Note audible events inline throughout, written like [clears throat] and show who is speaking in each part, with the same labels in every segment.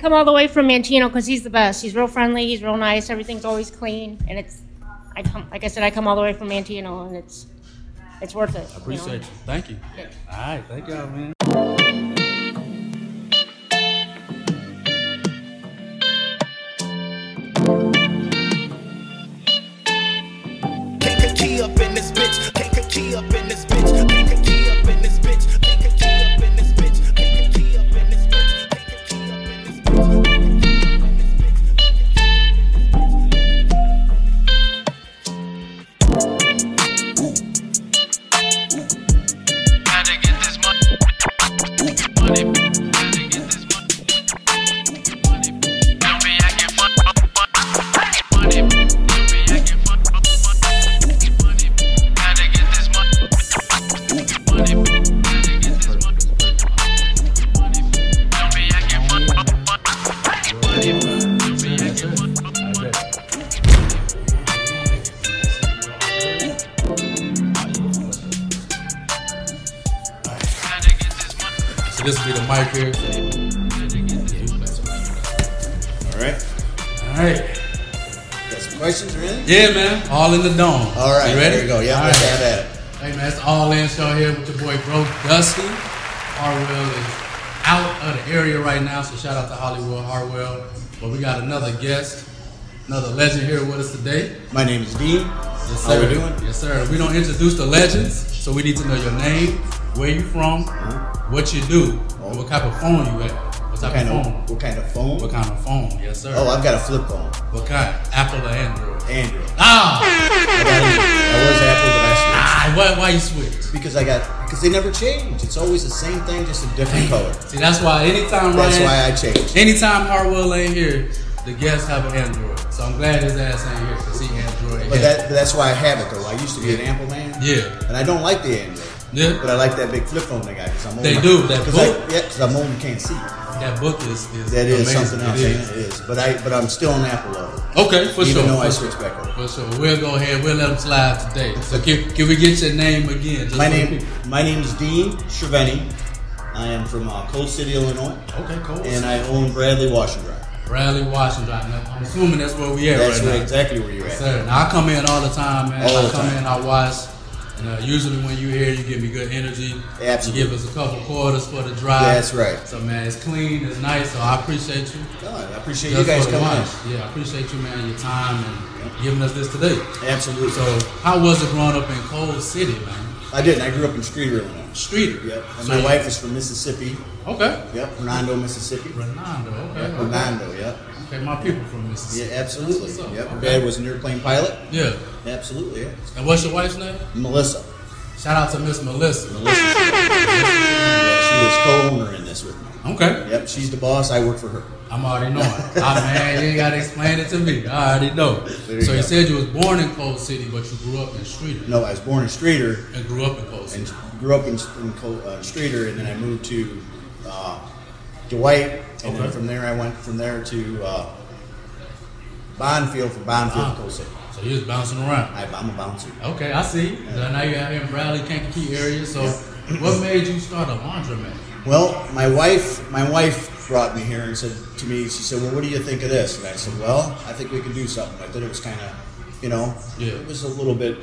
Speaker 1: come all the way from Mantino because he's the best. He's real friendly. He's real nice. Everything's always clean, and it's. I come, like I said, I come all the way from Mantino, and it's, it's worth it.
Speaker 2: I appreciate you. Thank you.
Speaker 1: Yeah.
Speaker 2: All right. Thank y'all, man.
Speaker 3: Take a key up in this bitch. Take a key up in this bitch. Take a key up in this bitch. Take a key up in this bitch. Take a key up in this bitch. Take a key up in this bitch. Take a key up in this bitch.
Speaker 4: Gotta get this money. Money. Gotta get this money. Money. Don't be acting fun. Money. Don't be acting fun. Money. Gotta get this money. Money. Gotta get this money. Money. Don't be acting fun. Money. Don't be acting fun. Gotta get this money.
Speaker 2: So this will be the mic here.
Speaker 4: Gotta get this money.
Speaker 5: All right.
Speaker 2: All right.
Speaker 5: Got some questions, really?
Speaker 2: Yeah, man. All in the dome.
Speaker 5: All right.
Speaker 2: You ready?
Speaker 5: There we go. Yeah,
Speaker 2: All
Speaker 5: I'm
Speaker 2: right.
Speaker 5: right. at it.
Speaker 2: Hey man, it's all in show here with your boy Bro Dusty. Harwell is out of the area right now, so shout out to Hollywood Harwell. But we got another guest, another legend here with us today.
Speaker 5: My name is Dean.
Speaker 2: Yes,
Speaker 5: How Oh, we doing?
Speaker 2: Yes, sir. We don't introduce the legends, so we need to know your name, where you from,
Speaker 5: Mm-hmm.
Speaker 2: what you do, and what type of phone you at. What type
Speaker 5: What
Speaker 2: of
Speaker 5: kind of
Speaker 2: phone?
Speaker 5: what kind of phone?
Speaker 2: What kind of phone? Yes, sir.
Speaker 5: Oh, I've got a flip phone.
Speaker 2: what kind?
Speaker 5: Oh,
Speaker 2: Apple or Android?
Speaker 5: Android.
Speaker 2: Ah!
Speaker 5: I, got it. I was Apple, but I
Speaker 2: ah why, why you switch?
Speaker 5: switched because I got because they never change. It's always the same thing, just a different color.
Speaker 2: See, that's why anytime
Speaker 5: That's
Speaker 2: Ryan,
Speaker 5: why I changed.
Speaker 2: Anytime Harwell ain't here, the guests have an Android. So I'm glad his ass ain't here because he Android.
Speaker 5: But
Speaker 2: head.
Speaker 5: that but that's why I have it though. I used to be an Apple man.
Speaker 2: Yeah.
Speaker 5: And I don't like the Android.
Speaker 2: Yeah.
Speaker 5: But I like that big flip phone they got because I'm old.
Speaker 2: They do, that
Speaker 5: Cause I,
Speaker 2: book.
Speaker 5: yeah, 'cause I'm old and can't see.
Speaker 2: that book is, is
Speaker 5: That is
Speaker 2: amazing.
Speaker 5: something else.
Speaker 2: It
Speaker 5: ain't
Speaker 2: is.
Speaker 5: It is. But I but I'm still an Apple lover.
Speaker 2: Okay, for
Speaker 5: even
Speaker 2: sure.
Speaker 5: though
Speaker 2: for
Speaker 5: I
Speaker 2: sure.
Speaker 5: switched back over.
Speaker 2: For sure. We'll go ahead. We'll let him slide today. So can, can we get your name again? Just
Speaker 5: My
Speaker 2: for the
Speaker 5: name,
Speaker 2: people?
Speaker 5: my name is Dean Shriveni. I am from uh, Cold City, Illinois,
Speaker 2: Okay, cool.
Speaker 5: and I own Bradley Washing Drive.
Speaker 2: Bradley Washington. I'm assuming that's where we at
Speaker 5: That's
Speaker 2: right
Speaker 5: where,
Speaker 2: now.
Speaker 5: exactly where you're at.
Speaker 2: Sir, now I come in all the time, man.
Speaker 5: All
Speaker 2: I
Speaker 5: the
Speaker 2: come
Speaker 5: time.
Speaker 2: in, I watch. And uh, usually when you here, you give me good energy.
Speaker 5: Absolutely.
Speaker 2: You give us a couple quarters for the drive.
Speaker 5: That's right.
Speaker 2: So man, it's clean, it's nice. So I appreciate you.
Speaker 5: God, I appreciate
Speaker 2: Just
Speaker 5: you guys
Speaker 2: for the
Speaker 5: coming
Speaker 2: lunch. Yeah, I appreciate you, man. Your time and giving us this today.
Speaker 5: in. Absolutely.
Speaker 2: So how was it growing up in Cold City, man?
Speaker 5: I didn't. I grew up in Streeter, Illinois.
Speaker 2: Street.
Speaker 5: Yep. And
Speaker 2: So
Speaker 5: my
Speaker 2: you-
Speaker 5: wife is from Mississippi.
Speaker 2: Okay.
Speaker 5: Yep. Hernando, Mississippi.
Speaker 2: Renando. Okay. okay.
Speaker 5: Hernando. Yep.
Speaker 2: Okay, my people from
Speaker 5: Yeah,
Speaker 2: Mississippi.
Speaker 5: absolutely.
Speaker 2: That's what's up.
Speaker 5: Yep. Her
Speaker 2: Okay.
Speaker 5: dad was an airplane pilot.
Speaker 2: Yeah.
Speaker 5: Absolutely. Yeah.
Speaker 2: And what's your wife's name?
Speaker 5: Melissa.
Speaker 2: Shout out to Miss Melissa.
Speaker 5: Yeah, she is co-owner in this with me.
Speaker 2: Okay.
Speaker 5: Yep. She's the boss. I work for her.
Speaker 2: I'm already knowing. Ah, man, you ain't gotta explain it to me. I already know.
Speaker 5: There you
Speaker 2: so you
Speaker 5: go.
Speaker 2: said you was born in Cold City, but you grew up in Streeter
Speaker 5: No, I was born in Streeter,
Speaker 2: and grew up in Cold City.
Speaker 5: and grew up in, in Col- uh, Streeter, and then I moved to uh, Dwight, and
Speaker 2: Okay.
Speaker 5: then from there I went from there to uh, Bonfield, from Bonfield to Cold City.
Speaker 2: So you was bouncing around.
Speaker 5: I, I'm a bouncer.
Speaker 2: Okay, I see. So now you're out here in Bradley, Kankakee area. So what made you start a laundromat?
Speaker 5: Well, my wife, my wife brought me here and said to me, she said, "Well, what do you think of this?" And I said, "Well, I think we can do something." I thought it was kind of, you know,
Speaker 2: Yeah.
Speaker 5: it was a little bit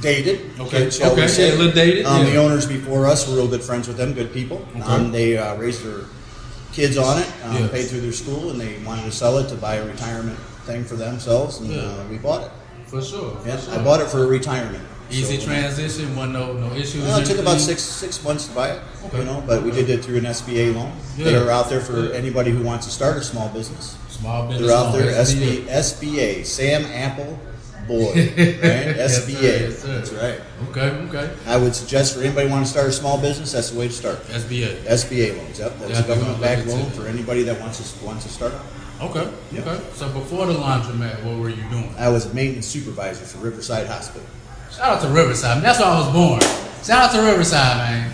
Speaker 5: dated.
Speaker 2: Okay,
Speaker 5: shall we
Speaker 2: okay,
Speaker 5: say.
Speaker 2: yeah, a little dated,
Speaker 5: Um,
Speaker 2: yeah.
Speaker 5: The owners before us were real good friends with them, good people. Um, they uh, raised their kids on it, um,
Speaker 2: Yeah.
Speaker 5: paid through their school, and they wanted to sell it to buy a retirement thing for themselves, and
Speaker 2: Yeah.
Speaker 5: uh, we bought it.
Speaker 2: For sure. for
Speaker 5: Yeah,
Speaker 2: sure.
Speaker 5: I bought it for a retirement.
Speaker 2: Easy
Speaker 5: So-
Speaker 2: transition, one no no issues.
Speaker 5: well, it took about
Speaker 2: anything?
Speaker 5: six six months to buy it,
Speaker 2: Okay.
Speaker 5: you know, but we did it through an SBA loan.
Speaker 2: Yeah.
Speaker 5: They are out there for
Speaker 2: Yeah.
Speaker 5: anybody who wants to start a small business.
Speaker 2: Small business.
Speaker 5: They're out
Speaker 2: loan,
Speaker 5: there
Speaker 2: SBA.
Speaker 5: SB, SBA Sam Apple
Speaker 2: [laughs]
Speaker 5: Boy, right?
Speaker 2: Yes, sir,
Speaker 5: SBA.
Speaker 2: yes, sir.
Speaker 5: That's right.
Speaker 2: Okay, okay.
Speaker 5: I would suggest for anybody want to start a small business, that's the way to start.
Speaker 2: SBA.
Speaker 5: SBA loans, yep. That's
Speaker 2: Yeah,
Speaker 5: a government-backed
Speaker 2: I'm gonna look
Speaker 5: loan
Speaker 2: into
Speaker 5: for anybody that wants to wants to start.
Speaker 2: Okay,
Speaker 5: Yeah.
Speaker 2: okay. So before the laundromat, what were you doing?
Speaker 5: I was a maintenance supervisor for Riverside Hospital.
Speaker 2: Shout out to Riverside. man. That's where I was born. Shout out to Riverside, man.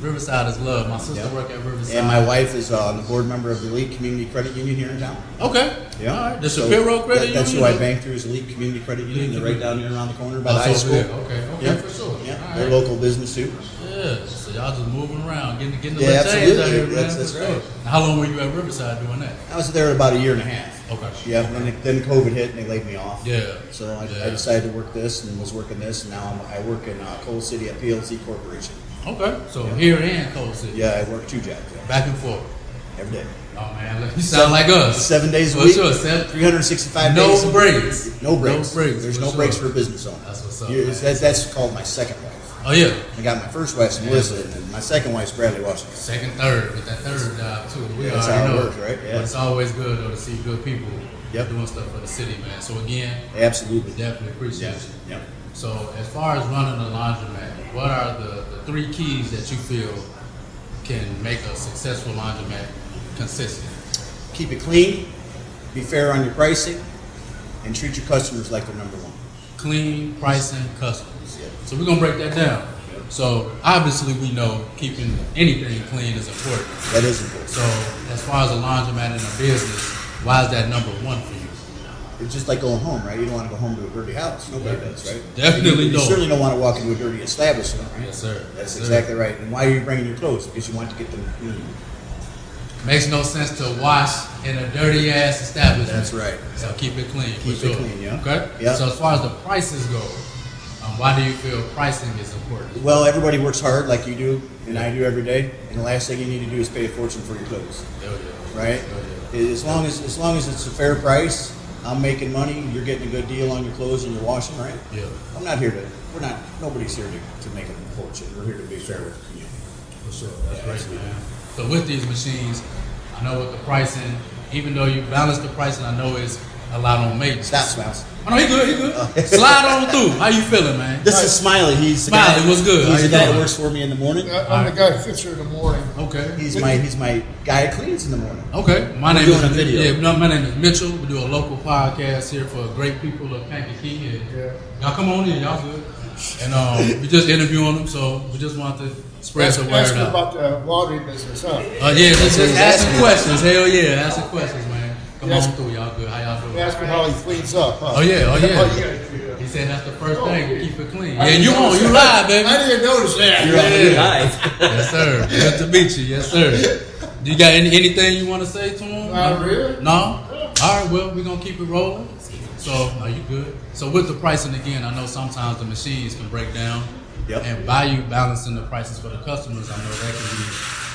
Speaker 2: Riverside is love. My sister
Speaker 5: Yep.
Speaker 2: work at Riverside.
Speaker 5: And my wife is uh, the board member of the Elite Community Credit Union here in town.
Speaker 2: Okay.
Speaker 5: Yeah.
Speaker 2: All right. The
Speaker 5: So
Speaker 2: Shapiro Credit
Speaker 5: that- That's who
Speaker 2: Union.
Speaker 5: I bank through is Elite Community Credit Union. They're right down here around the corner by
Speaker 2: Oh,
Speaker 5: the
Speaker 2: so
Speaker 5: high
Speaker 2: over
Speaker 5: school.
Speaker 2: there. Okay. Okay.
Speaker 5: Yeah.
Speaker 2: For sure.
Speaker 5: Yeah.
Speaker 2: All
Speaker 5: They're
Speaker 2: right.
Speaker 5: local business too.
Speaker 2: Yeah. Yeah, so y'all just moving around, getting getting the
Speaker 5: Yeah,
Speaker 2: little change out
Speaker 5: absolutely.
Speaker 2: here, man.
Speaker 5: That's- that's right.
Speaker 2: Now, How long were you at Riverside doing that?
Speaker 5: I was there about a year and a half.
Speaker 2: Okay.
Speaker 5: Yeah, and then, then COVID hit and they laid me off.
Speaker 2: Yeah.
Speaker 5: So I,
Speaker 2: Yeah.
Speaker 5: I decided to work this and was working this, and now I'm, I work in uh, Coal City at PLC Corporation.
Speaker 2: Okay, so here and Cold City,
Speaker 5: Yeah, I work two jobs yeah,
Speaker 2: back and forth.
Speaker 5: every day.
Speaker 2: Oh man, look, you sound like us.
Speaker 5: Seven days a
Speaker 2: For
Speaker 5: week,
Speaker 2: sure, seven-
Speaker 5: 365 days.
Speaker 2: No
Speaker 5: a-
Speaker 2: breaks.
Speaker 5: No breaks.
Speaker 2: No breaks.
Speaker 5: There's
Speaker 2: for
Speaker 5: no
Speaker 2: sure.
Speaker 5: breaks for a business owner.
Speaker 2: That's what's up,
Speaker 5: You-
Speaker 2: man.
Speaker 5: that- that's called my second wife.
Speaker 2: Oh yeah,
Speaker 5: I got my first wife's Melissa, and then my second wife's Bradley Washington.
Speaker 2: second, third, with that third job too. We
Speaker 5: Yeah, that's
Speaker 2: already
Speaker 5: how it
Speaker 2: know.
Speaker 5: works, right? Yeah.
Speaker 2: But it's always good though to see good people
Speaker 5: Yep.
Speaker 2: doing stuff for the city, man. So again,
Speaker 5: Absolutely.
Speaker 2: definitely appreciate
Speaker 5: Yes.
Speaker 2: you.
Speaker 5: Yep.
Speaker 2: So as far as running a laundromat, what are the, the three keys that you feel can make a successful laundromat consistent?
Speaker 5: Keep it clean, be fair on your pricing, and treat your customers like they're number one.
Speaker 2: Clean, pricing, customers.
Speaker 5: Yeah.
Speaker 2: So we're gonna break that down. So obviously we know keeping anything clean is important.
Speaker 5: That is important.
Speaker 2: So as far as a laundromat in a business, why is that number one for you?
Speaker 5: It's just like going home, right? You don't want to go home to a dirty house. Nobody does, right?
Speaker 2: Definitely
Speaker 5: you, you
Speaker 2: don't.
Speaker 5: certainly don't want to walk into a dirty establishment, right?
Speaker 2: Yes, sir. Yes,
Speaker 5: That's
Speaker 2: sir.
Speaker 5: exactly right. And why are you bringing your clothes? Because you want to get them clean.
Speaker 2: Makes no sense to wash in a dirty ass establishment.
Speaker 5: That's right.
Speaker 2: So keep it clean. for
Speaker 5: Keep it
Speaker 2: sure.
Speaker 5: clean, yeah.
Speaker 2: Okay.
Speaker 5: Yeah.
Speaker 2: So as far as the prices go, um, why do you feel pricing is important?
Speaker 5: Well, everybody works hard like you do, and I do every day. And the last thing you need to do is pay a fortune for your clothes.
Speaker 2: Hell yeah.
Speaker 5: right?
Speaker 2: Hell Oh, yeah.
Speaker 5: As long as as long as it's a fair price, I'm making money. You're getting a good deal on your clothes and you're washing, right?
Speaker 2: Yeah.
Speaker 5: I'm not here to. We're not. Nobody's here to, to make a fortune. We're here to be fair with the community.
Speaker 2: For sure. That's right, man. So with these machines, I know with the pricing, even though you balance the pricing, I know it's a lot on maintenance.
Speaker 5: Stop, smiles.
Speaker 2: I know he good. He
Speaker 5: [laughs]
Speaker 2: good. Slide on through. How you feeling, man?
Speaker 5: Oh, This is Smiley. He's the
Speaker 2: Smiley,
Speaker 5: guy,
Speaker 2: what's good? How
Speaker 5: He's
Speaker 2: you
Speaker 5: the guy
Speaker 2: doing?
Speaker 5: that works for me in the morning.
Speaker 6: I'm the guy who fits her in the morning.
Speaker 2: okay.
Speaker 5: He's my he's my guy that cleans in the morning.
Speaker 2: Okay, my name
Speaker 5: doing
Speaker 2: is
Speaker 5: a video.
Speaker 2: Yeah, no, my name is Mitchell. We do a local podcast here for great people of Kankakee. And
Speaker 6: Yeah.
Speaker 2: Y'all come on in, y'all good. And um, we just interviewing them, so we just want to spread
Speaker 6: Ask
Speaker 2: the
Speaker 6: ask
Speaker 2: word
Speaker 6: her
Speaker 2: out.
Speaker 6: about the uh, laundry business, huh?
Speaker 2: Uh, yeah, just,
Speaker 5: what
Speaker 2: just
Speaker 5: he's
Speaker 2: asking
Speaker 5: asking.
Speaker 2: questions. Hell yeah, asking questions, man. Come
Speaker 6: Yes.
Speaker 2: on through, y'all good. How y'all doing?
Speaker 6: Ask her how he cleans up, huh?
Speaker 2: Oh
Speaker 6: [laughs]
Speaker 2: yeah, oh yeah.
Speaker 6: yeah.
Speaker 2: He said that's the first
Speaker 6: Oh,
Speaker 2: thing.
Speaker 6: yeah.
Speaker 2: Keep it clean.
Speaker 6: I
Speaker 2: Yeah,
Speaker 6: didn't
Speaker 2: you on?
Speaker 6: notice
Speaker 2: You
Speaker 6: that.
Speaker 2: live, baby.
Speaker 6: I didn't notice that.
Speaker 5: You're on
Speaker 2: Yeah.
Speaker 5: the live.
Speaker 2: Yes, sir. Good to meet you. Yes, sir. Do you got any, anything you want to say to him?
Speaker 6: Not really.
Speaker 2: No. All right. Well, we're gonna keep it rolling. So, are you good? So, with the pricing again, I know sometimes the machines can break down.
Speaker 5: Yep.
Speaker 2: And by you balancing the prices for the customers, I know that can be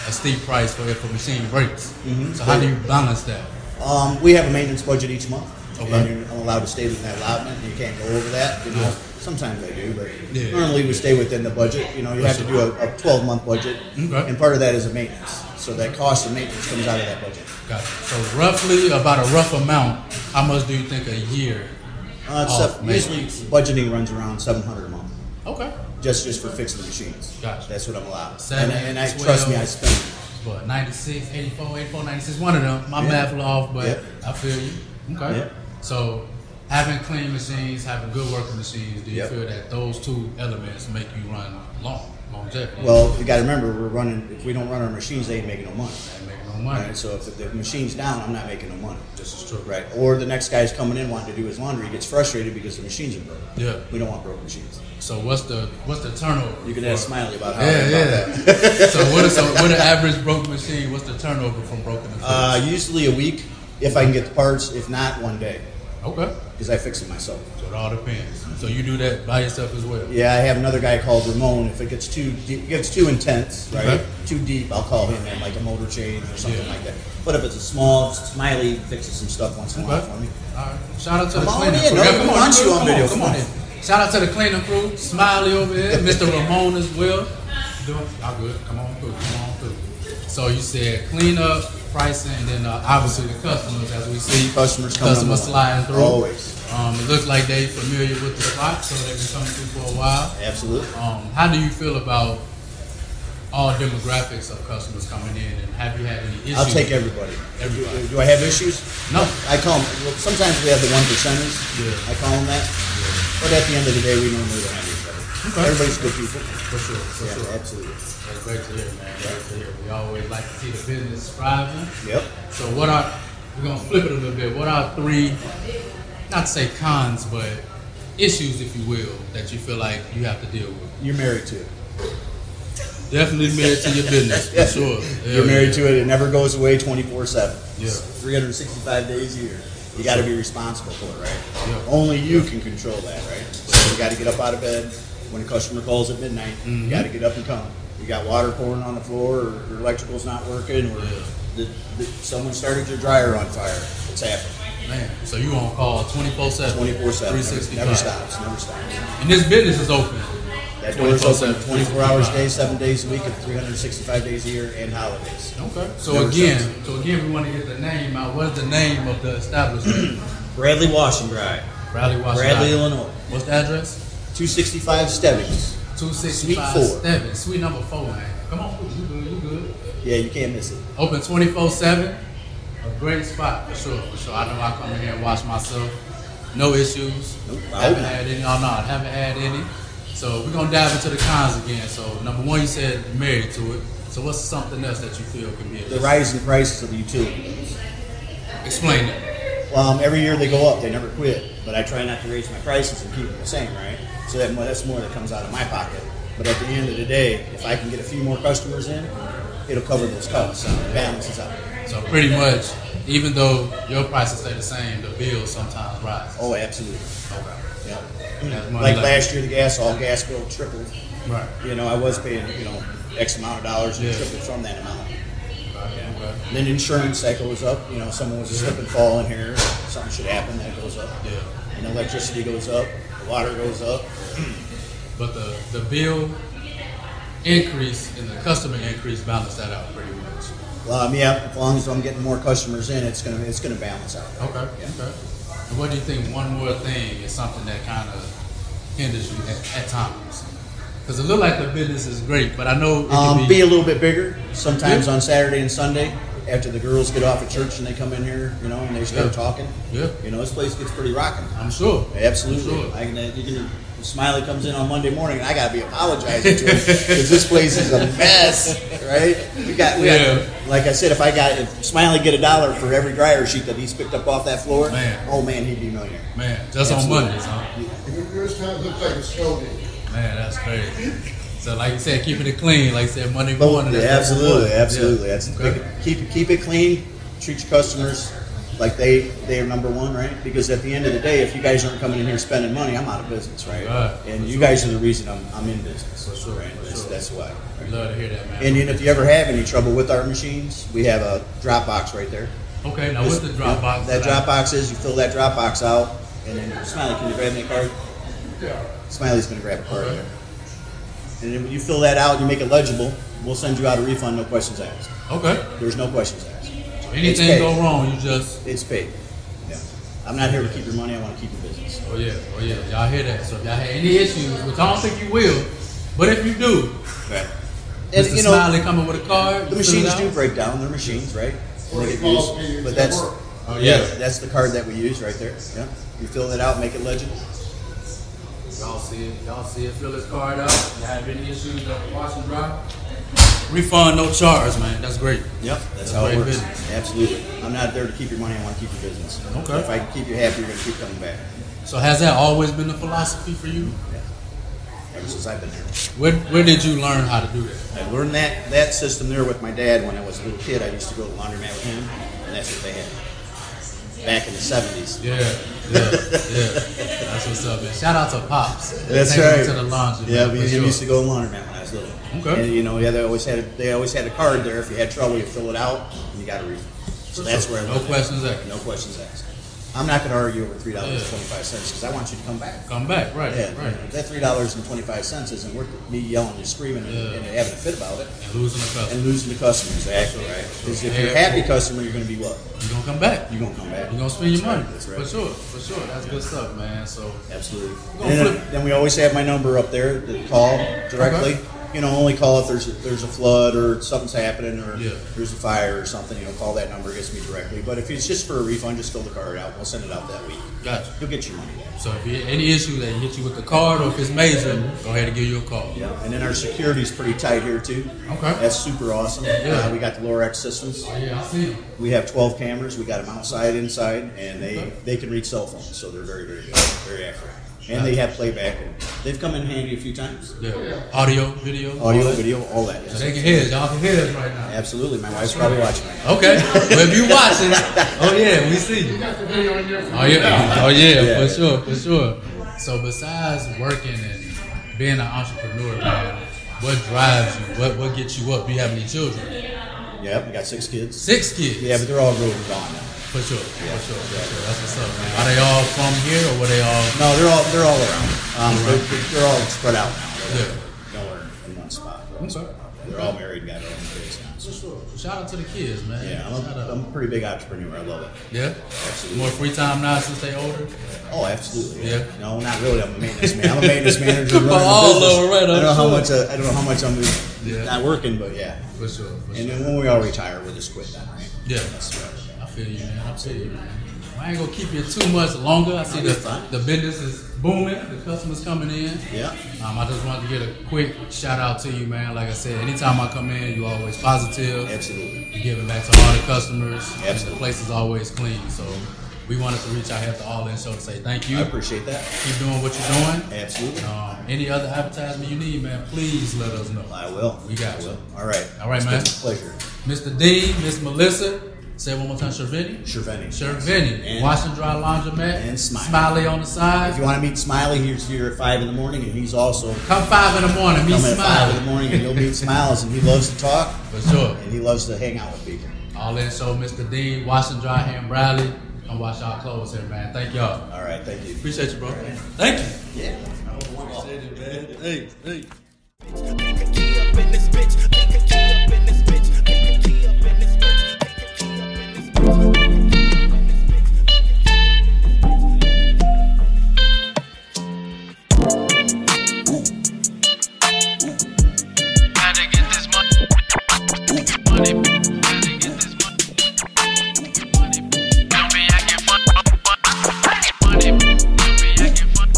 Speaker 2: a steep price for if a machine breaks. So, how do you balance that?
Speaker 5: Um, we have a maintenance budget each month.
Speaker 2: Okay.
Speaker 5: And you're allowed to stay within that allotment. You can't go over that. You know,
Speaker 2: Yeah.
Speaker 5: sometimes I do, but
Speaker 2: Yeah.
Speaker 5: normally we stay within the budget. You know, you have to do a, a 12 month budget,
Speaker 2: Okay.
Speaker 5: and part of that is a maintenance. So that cost of maintenance comes out of that budget.
Speaker 2: Gotcha. So, roughly about a rough amount, how much do you think a year?
Speaker 5: Uh,
Speaker 2: Oh,
Speaker 5: except usually
Speaker 2: maintenance.
Speaker 5: budgeting runs around 700 a month,
Speaker 2: Okay.
Speaker 5: just just for fixing the machines.
Speaker 2: Gotcha.
Speaker 5: That's what I'm allowed.
Speaker 2: Seven,
Speaker 5: and and I trust me, I
Speaker 2: 12.
Speaker 5: spend.
Speaker 2: But 96, 84, 84, 96, one of them. My
Speaker 5: Yeah.
Speaker 2: math was off, but
Speaker 5: Yep.
Speaker 2: I feel you. Okay.
Speaker 5: Yep.
Speaker 2: So having clean machines, having good working machines, do you
Speaker 5: Yep.
Speaker 2: feel that those two elements make you run long, longevity?
Speaker 5: Well, you got to remember, we're running. If we don't run our machines, they ain't making no money.
Speaker 2: and make no money.
Speaker 5: Right, so if the machine's down, I'm not making no money.
Speaker 2: This is true.
Speaker 5: Right. Or the next guy's coming in wanting to do his laundry, he gets frustrated because the machines are broken.
Speaker 2: Yeah.
Speaker 5: We don't want broken machines.
Speaker 2: So what's the what's the turnover?
Speaker 5: You can
Speaker 2: for-
Speaker 5: ask Smiley about how
Speaker 2: Yeah,
Speaker 5: about
Speaker 2: yeah.
Speaker 5: that.
Speaker 2: so what is so what an average broke machine? What's the turnover from broken? to fixed?
Speaker 5: Uh, usually a week if I can get the parts, if not one day.
Speaker 2: okay.
Speaker 5: Because I fix it myself.
Speaker 2: So it all depends. So you do that by yourself as well.
Speaker 5: Yeah, I have another guy called Ramon. If it gets too deep, gets too intense, right?
Speaker 2: Okay.
Speaker 5: Too deep, I'll call him in, like a motor change or something
Speaker 2: Uh-huh. Yeah.
Speaker 5: like that. But if it's a small, Smiley fixes some stuff once in a while
Speaker 2: Okay.
Speaker 5: for me.
Speaker 2: All right. Shout out to the
Speaker 5: Come on
Speaker 2: cleaning
Speaker 5: in.
Speaker 2: crew.
Speaker 5: No,
Speaker 2: Yeah,
Speaker 5: we
Speaker 2: come
Speaker 5: want
Speaker 2: on,
Speaker 5: you on
Speaker 2: come
Speaker 5: video.
Speaker 2: on, come on in. Shout out to the cleaning crew. Smiley over
Speaker 5: [laughs]
Speaker 2: here, Mr. Ramon as well. Doing all good. Come on through. Come on through. So you said clean up, pricing, and then uh, obviously the customers as we see
Speaker 5: Customers coming
Speaker 2: customers
Speaker 5: along.
Speaker 2: sliding through.
Speaker 5: Always.
Speaker 2: Um, it looks like they familiar with the spot, so they've been coming through for a while.
Speaker 5: Absolutely.
Speaker 2: Um, how do you feel about all demographics of customers coming in, and have you had any issues?
Speaker 5: I'll take everybody.
Speaker 2: Everybody.
Speaker 5: Do, do I have issues?
Speaker 2: No.
Speaker 5: I call them. Well, sometimes we have the one percenters.
Speaker 2: Yeah.
Speaker 5: I call them that. But at the end of the day, we normally don't have each other.
Speaker 2: Okay.
Speaker 5: Everybody's good people.
Speaker 2: For sure. For
Speaker 5: Yeah,
Speaker 2: sure.
Speaker 5: absolutely.
Speaker 2: That's great to hear, man. Great to hear. We always like to see the business thriving.
Speaker 5: Yep.
Speaker 2: So what are we're gonna flip it a little bit? What are three, not to say cons, but issues, if you will, that you feel like you have to deal with?
Speaker 5: You're married too.
Speaker 2: Definitely married to your business, for
Speaker 5: [laughs]
Speaker 2: sure.
Speaker 5: You're married to it. It never goes away 24 7.
Speaker 2: Yeah.
Speaker 5: 365 days a year. You got to be responsible for it, right?
Speaker 2: Yeah.
Speaker 5: Only you can control that, right? So you got to get up out of bed when a customer calls at midnight.
Speaker 2: Mm-hmm.
Speaker 5: You got to get up and come. You got water pouring on the floor, or your electrical's not working, or the, the, someone started your dryer on fire. It's happening.
Speaker 2: it. Man, so you on call 24 7.
Speaker 5: 24 7. Never,
Speaker 2: 365.
Speaker 5: never stops. Never stops.
Speaker 2: And this business is open.
Speaker 5: That door's open
Speaker 2: 24/7,
Speaker 5: 24 hours a day, seven days a week, and 365 days a year, and holidays.
Speaker 2: Okay. So
Speaker 5: Never
Speaker 2: again,
Speaker 5: stops.
Speaker 2: so again, we want to get the name out. What's the name of the
Speaker 5: [clears throat]
Speaker 2: establishment?
Speaker 5: Bradley Washington Drive,
Speaker 2: Bradley, Washington.
Speaker 5: Bradley, Illinois.
Speaker 2: What's the address?
Speaker 5: 265 Stebbings.
Speaker 2: 265
Speaker 5: Suite four.
Speaker 2: Stebbins, Suite number four, man. Come on, you good, you good.
Speaker 5: Yeah, you can't miss it.
Speaker 2: Open 24 7. A great spot, for sure, for sure. I know I come in here and wash myself. No issues.
Speaker 5: Nope, I hope
Speaker 2: haven't
Speaker 5: not.
Speaker 2: had any. Oh, no, I haven't had any. So we're going to dive into the cons again. So, number one, you said you're married to it. So, what's something else that you feel can be
Speaker 5: The
Speaker 2: a
Speaker 5: rising prices of utility.
Speaker 2: Explain it.
Speaker 5: Um, every year they go up, they never quit. But I try not to raise my prices and keep them the same, right? So that, that's more that comes out of my pocket. But at the end of the day, if I can get a few more customers in, it'll cover those costs. It balances out.
Speaker 2: So, pretty much, even though your prices stay the same, the bill sometimes rises.
Speaker 5: Oh, absolutely. Yeah.
Speaker 2: That's money
Speaker 5: Like
Speaker 2: left.
Speaker 5: last year, the gas, all gas bill tripled.
Speaker 2: Right.
Speaker 5: You know, I was paying, you know, X amount of dollars and
Speaker 2: Yeah.
Speaker 5: tripled from that amount.
Speaker 2: Okay.
Speaker 5: And then insurance that goes up. You know, someone was a slip and fall in here, something should happen, that goes up.
Speaker 2: Yeah.
Speaker 5: And electricity goes up, the water goes up.
Speaker 2: But the, the bill increase and the customer increase balance that out pretty much.
Speaker 5: Um, yeah, as long as I'm getting more customers in, it's gonna it's gonna balance out.
Speaker 2: Okay, okay. And what do you think one more thing is something that kind of hinders you at, at times? Because it look like the business is great, but I know it can be,
Speaker 5: Um, be a little bit bigger. Sometimes
Speaker 2: Yeah.
Speaker 5: on Saturday and Sunday, after the girls get off of church and they come in here, you know, and they start
Speaker 2: Yeah.
Speaker 5: talking.
Speaker 2: Yeah.
Speaker 5: You know, this place gets pretty rocking.
Speaker 2: I'm sure.
Speaker 5: Absolutely.
Speaker 2: I'm sure.
Speaker 5: I can, uh, you can, Smiley comes in on Monday morning, and I gotta be apologizing to him because this place is a mess, right? We got, we
Speaker 2: Yeah.
Speaker 5: got, like I said, if I got if Smiley get a dollar for every dryer sheet that he's picked up off that floor,
Speaker 2: Man.
Speaker 5: oh man, he'd be a millionaire.
Speaker 2: Man, just
Speaker 5: Absolutely.
Speaker 2: on Mondays, huh?
Speaker 6: Yours kind of looks like a snow day.
Speaker 2: Man, that's crazy. So like you said, keeping it clean. Like you said, Monday
Speaker 5: But
Speaker 2: morning.
Speaker 5: yeah,
Speaker 2: that's number
Speaker 5: absolutely,
Speaker 2: one.
Speaker 5: absolutely.
Speaker 2: Yeah.
Speaker 5: That's the
Speaker 2: Okay.
Speaker 5: big- keep keep it clean. Treat your customers like they they are number one, right? Because at the end of the day, if you guys aren't coming in here spending money, I'm out of business, right?
Speaker 2: Right.
Speaker 5: And you guys are the reason I'm, I'm in business,
Speaker 2: For sure,
Speaker 5: right?
Speaker 2: for
Speaker 5: That's,
Speaker 2: sure.
Speaker 5: that's why.
Speaker 2: We love to hear that, man.
Speaker 5: And then if you ever have any trouble with our machines, we have a drop box right there.
Speaker 2: okay, now what's the drop box?
Speaker 5: That
Speaker 2: I-
Speaker 5: drop box is you fill that drop box out, and then Smiley, can you grab me a card? Smiley's gonna grab a card
Speaker 2: Okay.
Speaker 5: there. And then when you fill that out, you make it legible. We'll send you out a refund, no questions asked.
Speaker 2: Okay.
Speaker 5: There's no questions asked.
Speaker 2: So
Speaker 5: It's
Speaker 2: anything
Speaker 5: paid.
Speaker 2: go wrong, you just
Speaker 5: It's paid. Yeah. I'm not here to keep your money. I want to keep your business.
Speaker 2: Oh yeah, oh yeah, y'all hear that? So if y'all had any issues, which I don't think you will, but if you do,
Speaker 5: Right. And
Speaker 2: Mr.
Speaker 5: you know,
Speaker 2: Smiley coming with a card.
Speaker 5: the
Speaker 2: you fill it
Speaker 5: machines
Speaker 2: out.
Speaker 5: do break down. They're machines, right?
Speaker 6: Or
Speaker 5: They get
Speaker 6: small
Speaker 5: used,
Speaker 6: figures
Speaker 5: but
Speaker 6: at
Speaker 5: that's
Speaker 6: work.
Speaker 2: Oh
Speaker 5: yeah,
Speaker 2: yeah,
Speaker 5: that's the card that we use right there. Yeah. You fill that out, make it legible.
Speaker 2: y'all see it, y'all see it. Fill this card out. You have any issues? Don't wash and dry. Refund, no charge, man. That's great.
Speaker 5: Yep, that's
Speaker 2: That's
Speaker 5: how it
Speaker 2: great
Speaker 5: works.
Speaker 2: business.
Speaker 5: Absolutely. I'm not there to keep your money. I want to keep your business.
Speaker 2: Okay.
Speaker 5: If I can keep you happy, you're going to keep coming back.
Speaker 2: So has that always been the philosophy for you?
Speaker 5: Ever since I've been here.
Speaker 2: Where Where did you learn how to do that?
Speaker 5: I learned that that system there with my dad when I was a little kid. I used to go to the laundromat with him, and that's what they had back in the '70s.
Speaker 2: Yeah, yeah, yeah. That's what's up, man. Shout out to pops.
Speaker 5: That's
Speaker 2: Take him
Speaker 5: right.
Speaker 2: To the laundry.
Speaker 5: Yeah,
Speaker 2: man,
Speaker 5: we
Speaker 2: for sure.
Speaker 5: used to go to the laundromat when I was little.
Speaker 2: Okay.
Speaker 5: And you know, yeah, they always had a, they always had a card there. If you had trouble, you fill it out and you got a refund. So that's where I
Speaker 2: No
Speaker 5: learned that.
Speaker 2: questions asked.
Speaker 5: No questions asked. I'm not going to argue over three dollars twenty five cents because I want you to come back.
Speaker 2: Come back, right?
Speaker 5: Yeah,
Speaker 2: Right.
Speaker 5: that three dollars and twenty five cents isn't worth it. me yelling and screaming and,
Speaker 2: Yeah.
Speaker 5: and having a fit about it
Speaker 2: And losing the customer,
Speaker 5: and losing the customers. Exactly right. Because if you're a
Speaker 2: Yeah.
Speaker 5: happy customer, you're going to be what?
Speaker 2: you gonna come back.
Speaker 5: You're going to come back.
Speaker 2: You're gonna spend your
Speaker 5: That's right,
Speaker 2: money.
Speaker 5: That's
Speaker 2: For
Speaker 5: right.
Speaker 2: sure, for sure. That's good stuff, man. So
Speaker 5: Absolutely.
Speaker 2: gonna
Speaker 5: And
Speaker 2: flip-
Speaker 5: then, then we always have my number up there to call directly. You know, only call if there's a, there's a flood or something's happening or
Speaker 2: Yeah.
Speaker 5: there's a fire or something. You know, call that number, it gets me directly. But if it's just for a refund, just fill the card out. We'll send it out that week.
Speaker 2: gotcha.
Speaker 5: You'll get your money back.
Speaker 2: So if you any issue that hit you with the card or if it's major, go ahead and give you a call.
Speaker 5: Yeah. And then our security's pretty tight here too.
Speaker 2: Okay.
Speaker 5: That's super awesome.
Speaker 2: Yeah.
Speaker 5: Uh, we got the Lorax systems.
Speaker 2: Oh yeah, I see. you.
Speaker 5: We have 12 cameras. We got them outside, inside, and they they can read cell phones, so they're very very good, very accurate. and they have playback. They've come in handy a few times.
Speaker 2: Yeah. Audio, video,
Speaker 5: Audio, video, all that.
Speaker 2: So
Speaker 5: yes.
Speaker 2: they can hear us. Y'all can hear us right now.
Speaker 5: Absolutely. My wife's probably watching right now.
Speaker 2: Okay. well, if you watching, oh yeah, we see you.
Speaker 6: Got the video in there.
Speaker 2: Oh yeah, oh yeah,
Speaker 5: Yeah.
Speaker 2: for sure, for sure. So besides working and being an entrepreneur, man, what drives you? What what gets you up? Do you have any children?
Speaker 5: Yep, we got six kids.
Speaker 2: Six kids.
Speaker 5: Yeah, but they're all grown and gone now.
Speaker 2: for sure, for sure, for sure. That's what's up, man. Are they all from here or were they all?
Speaker 5: No, they're all they're all around. Um, they're, they're all spread out
Speaker 2: Yeah.
Speaker 5: now. Nowhere in one spot.
Speaker 2: I'm sorry.
Speaker 5: They're all married, got their own kids now.
Speaker 2: For sure. Shout out to the kids, man.
Speaker 5: Yeah,
Speaker 2: Shout
Speaker 5: I'm a,
Speaker 2: out.
Speaker 5: I'm a pretty big entrepreneur. I love it.
Speaker 2: yeah.
Speaker 5: Absolutely.
Speaker 2: More free time now since they older.
Speaker 5: Oh, absolutely.
Speaker 2: Yeah.
Speaker 5: No, not really. I'm a maintenance man. I'm a
Speaker 2: [laughs]
Speaker 5: maintenance manager. running a
Speaker 2: All
Speaker 5: business.
Speaker 2: over, right,
Speaker 5: I don't
Speaker 2: I'm
Speaker 5: know how
Speaker 2: sure.
Speaker 5: much. Uh, I don't know how much I'm
Speaker 2: Yeah.
Speaker 5: not working, but yeah.
Speaker 2: For sure. For
Speaker 5: And
Speaker 2: sure.
Speaker 5: then when we all retire, we'll just quit then, right?
Speaker 2: Yeah.
Speaker 5: That's right.
Speaker 2: I feel you, man. I feel you, man. I ain't gonna keep you too much longer. I see
Speaker 5: No,
Speaker 2: the,
Speaker 5: you're fine.
Speaker 2: the business is booming, the customers coming in.
Speaker 5: Yeah.
Speaker 2: Um, I just wanted to get a quick shout out to you, man. Like I said, anytime I come in, you always positive.
Speaker 5: Absolutely.
Speaker 2: You're giving back to all the customers. And the
Speaker 5: Absolutely.
Speaker 2: place is always clean. So we wanted to reach out here at the All In Show to say thank you.
Speaker 5: I appreciate that.
Speaker 2: Keep doing what you're doing.
Speaker 5: Absolutely.
Speaker 2: Um, any other advertisement you need, man, please let us know.
Speaker 5: I will.
Speaker 2: We got
Speaker 5: I
Speaker 2: you.
Speaker 5: will. All right.
Speaker 2: All right,
Speaker 5: It's
Speaker 2: man.
Speaker 5: Been a pleasure.
Speaker 2: Mr. Dean, Miss Melissa, say it one more time, Shervini.
Speaker 5: Sherveni.
Speaker 2: Shervini,
Speaker 5: And-
Speaker 2: Wash and Dry Laundromat.
Speaker 5: and Smiley.
Speaker 2: Smiley on the
Speaker 5: If
Speaker 2: side.
Speaker 5: you want to meet Smiley, he's here at five in the morning, and he's also
Speaker 2: Come five in the morning, meet
Speaker 5: coming at five in
Speaker 2: Smiley.
Speaker 5: the morning, and you'll meet Smiles, and he loves to talk,
Speaker 2: [laughs] For sure.
Speaker 5: and he loves to hang out with people.
Speaker 2: All in, so Mr. Dean, Wash and Dry Hand Bradley. Come wash our clothes here, man. Thank y'all.
Speaker 5: All right, thank you.
Speaker 2: Appreciate you, bro. Thank you.
Speaker 5: Yeah.
Speaker 3: Take a key up in this bitch. Take a key up in this bitch. Take a key up in this bitch. Take a key up in this bitch.
Speaker 4: Gotta get this money. Money. Gotta get this money. Money. Tell me I can fund. Money. Money. Tell me I can fund.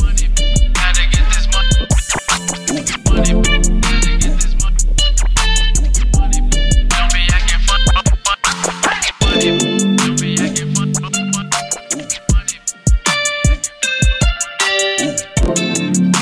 Speaker 4: Money. Gotta get this money. Money. Gotta get this money. Money. Tell me I can fund. Money. Tell me I can fund. Money. Tell me I can fund.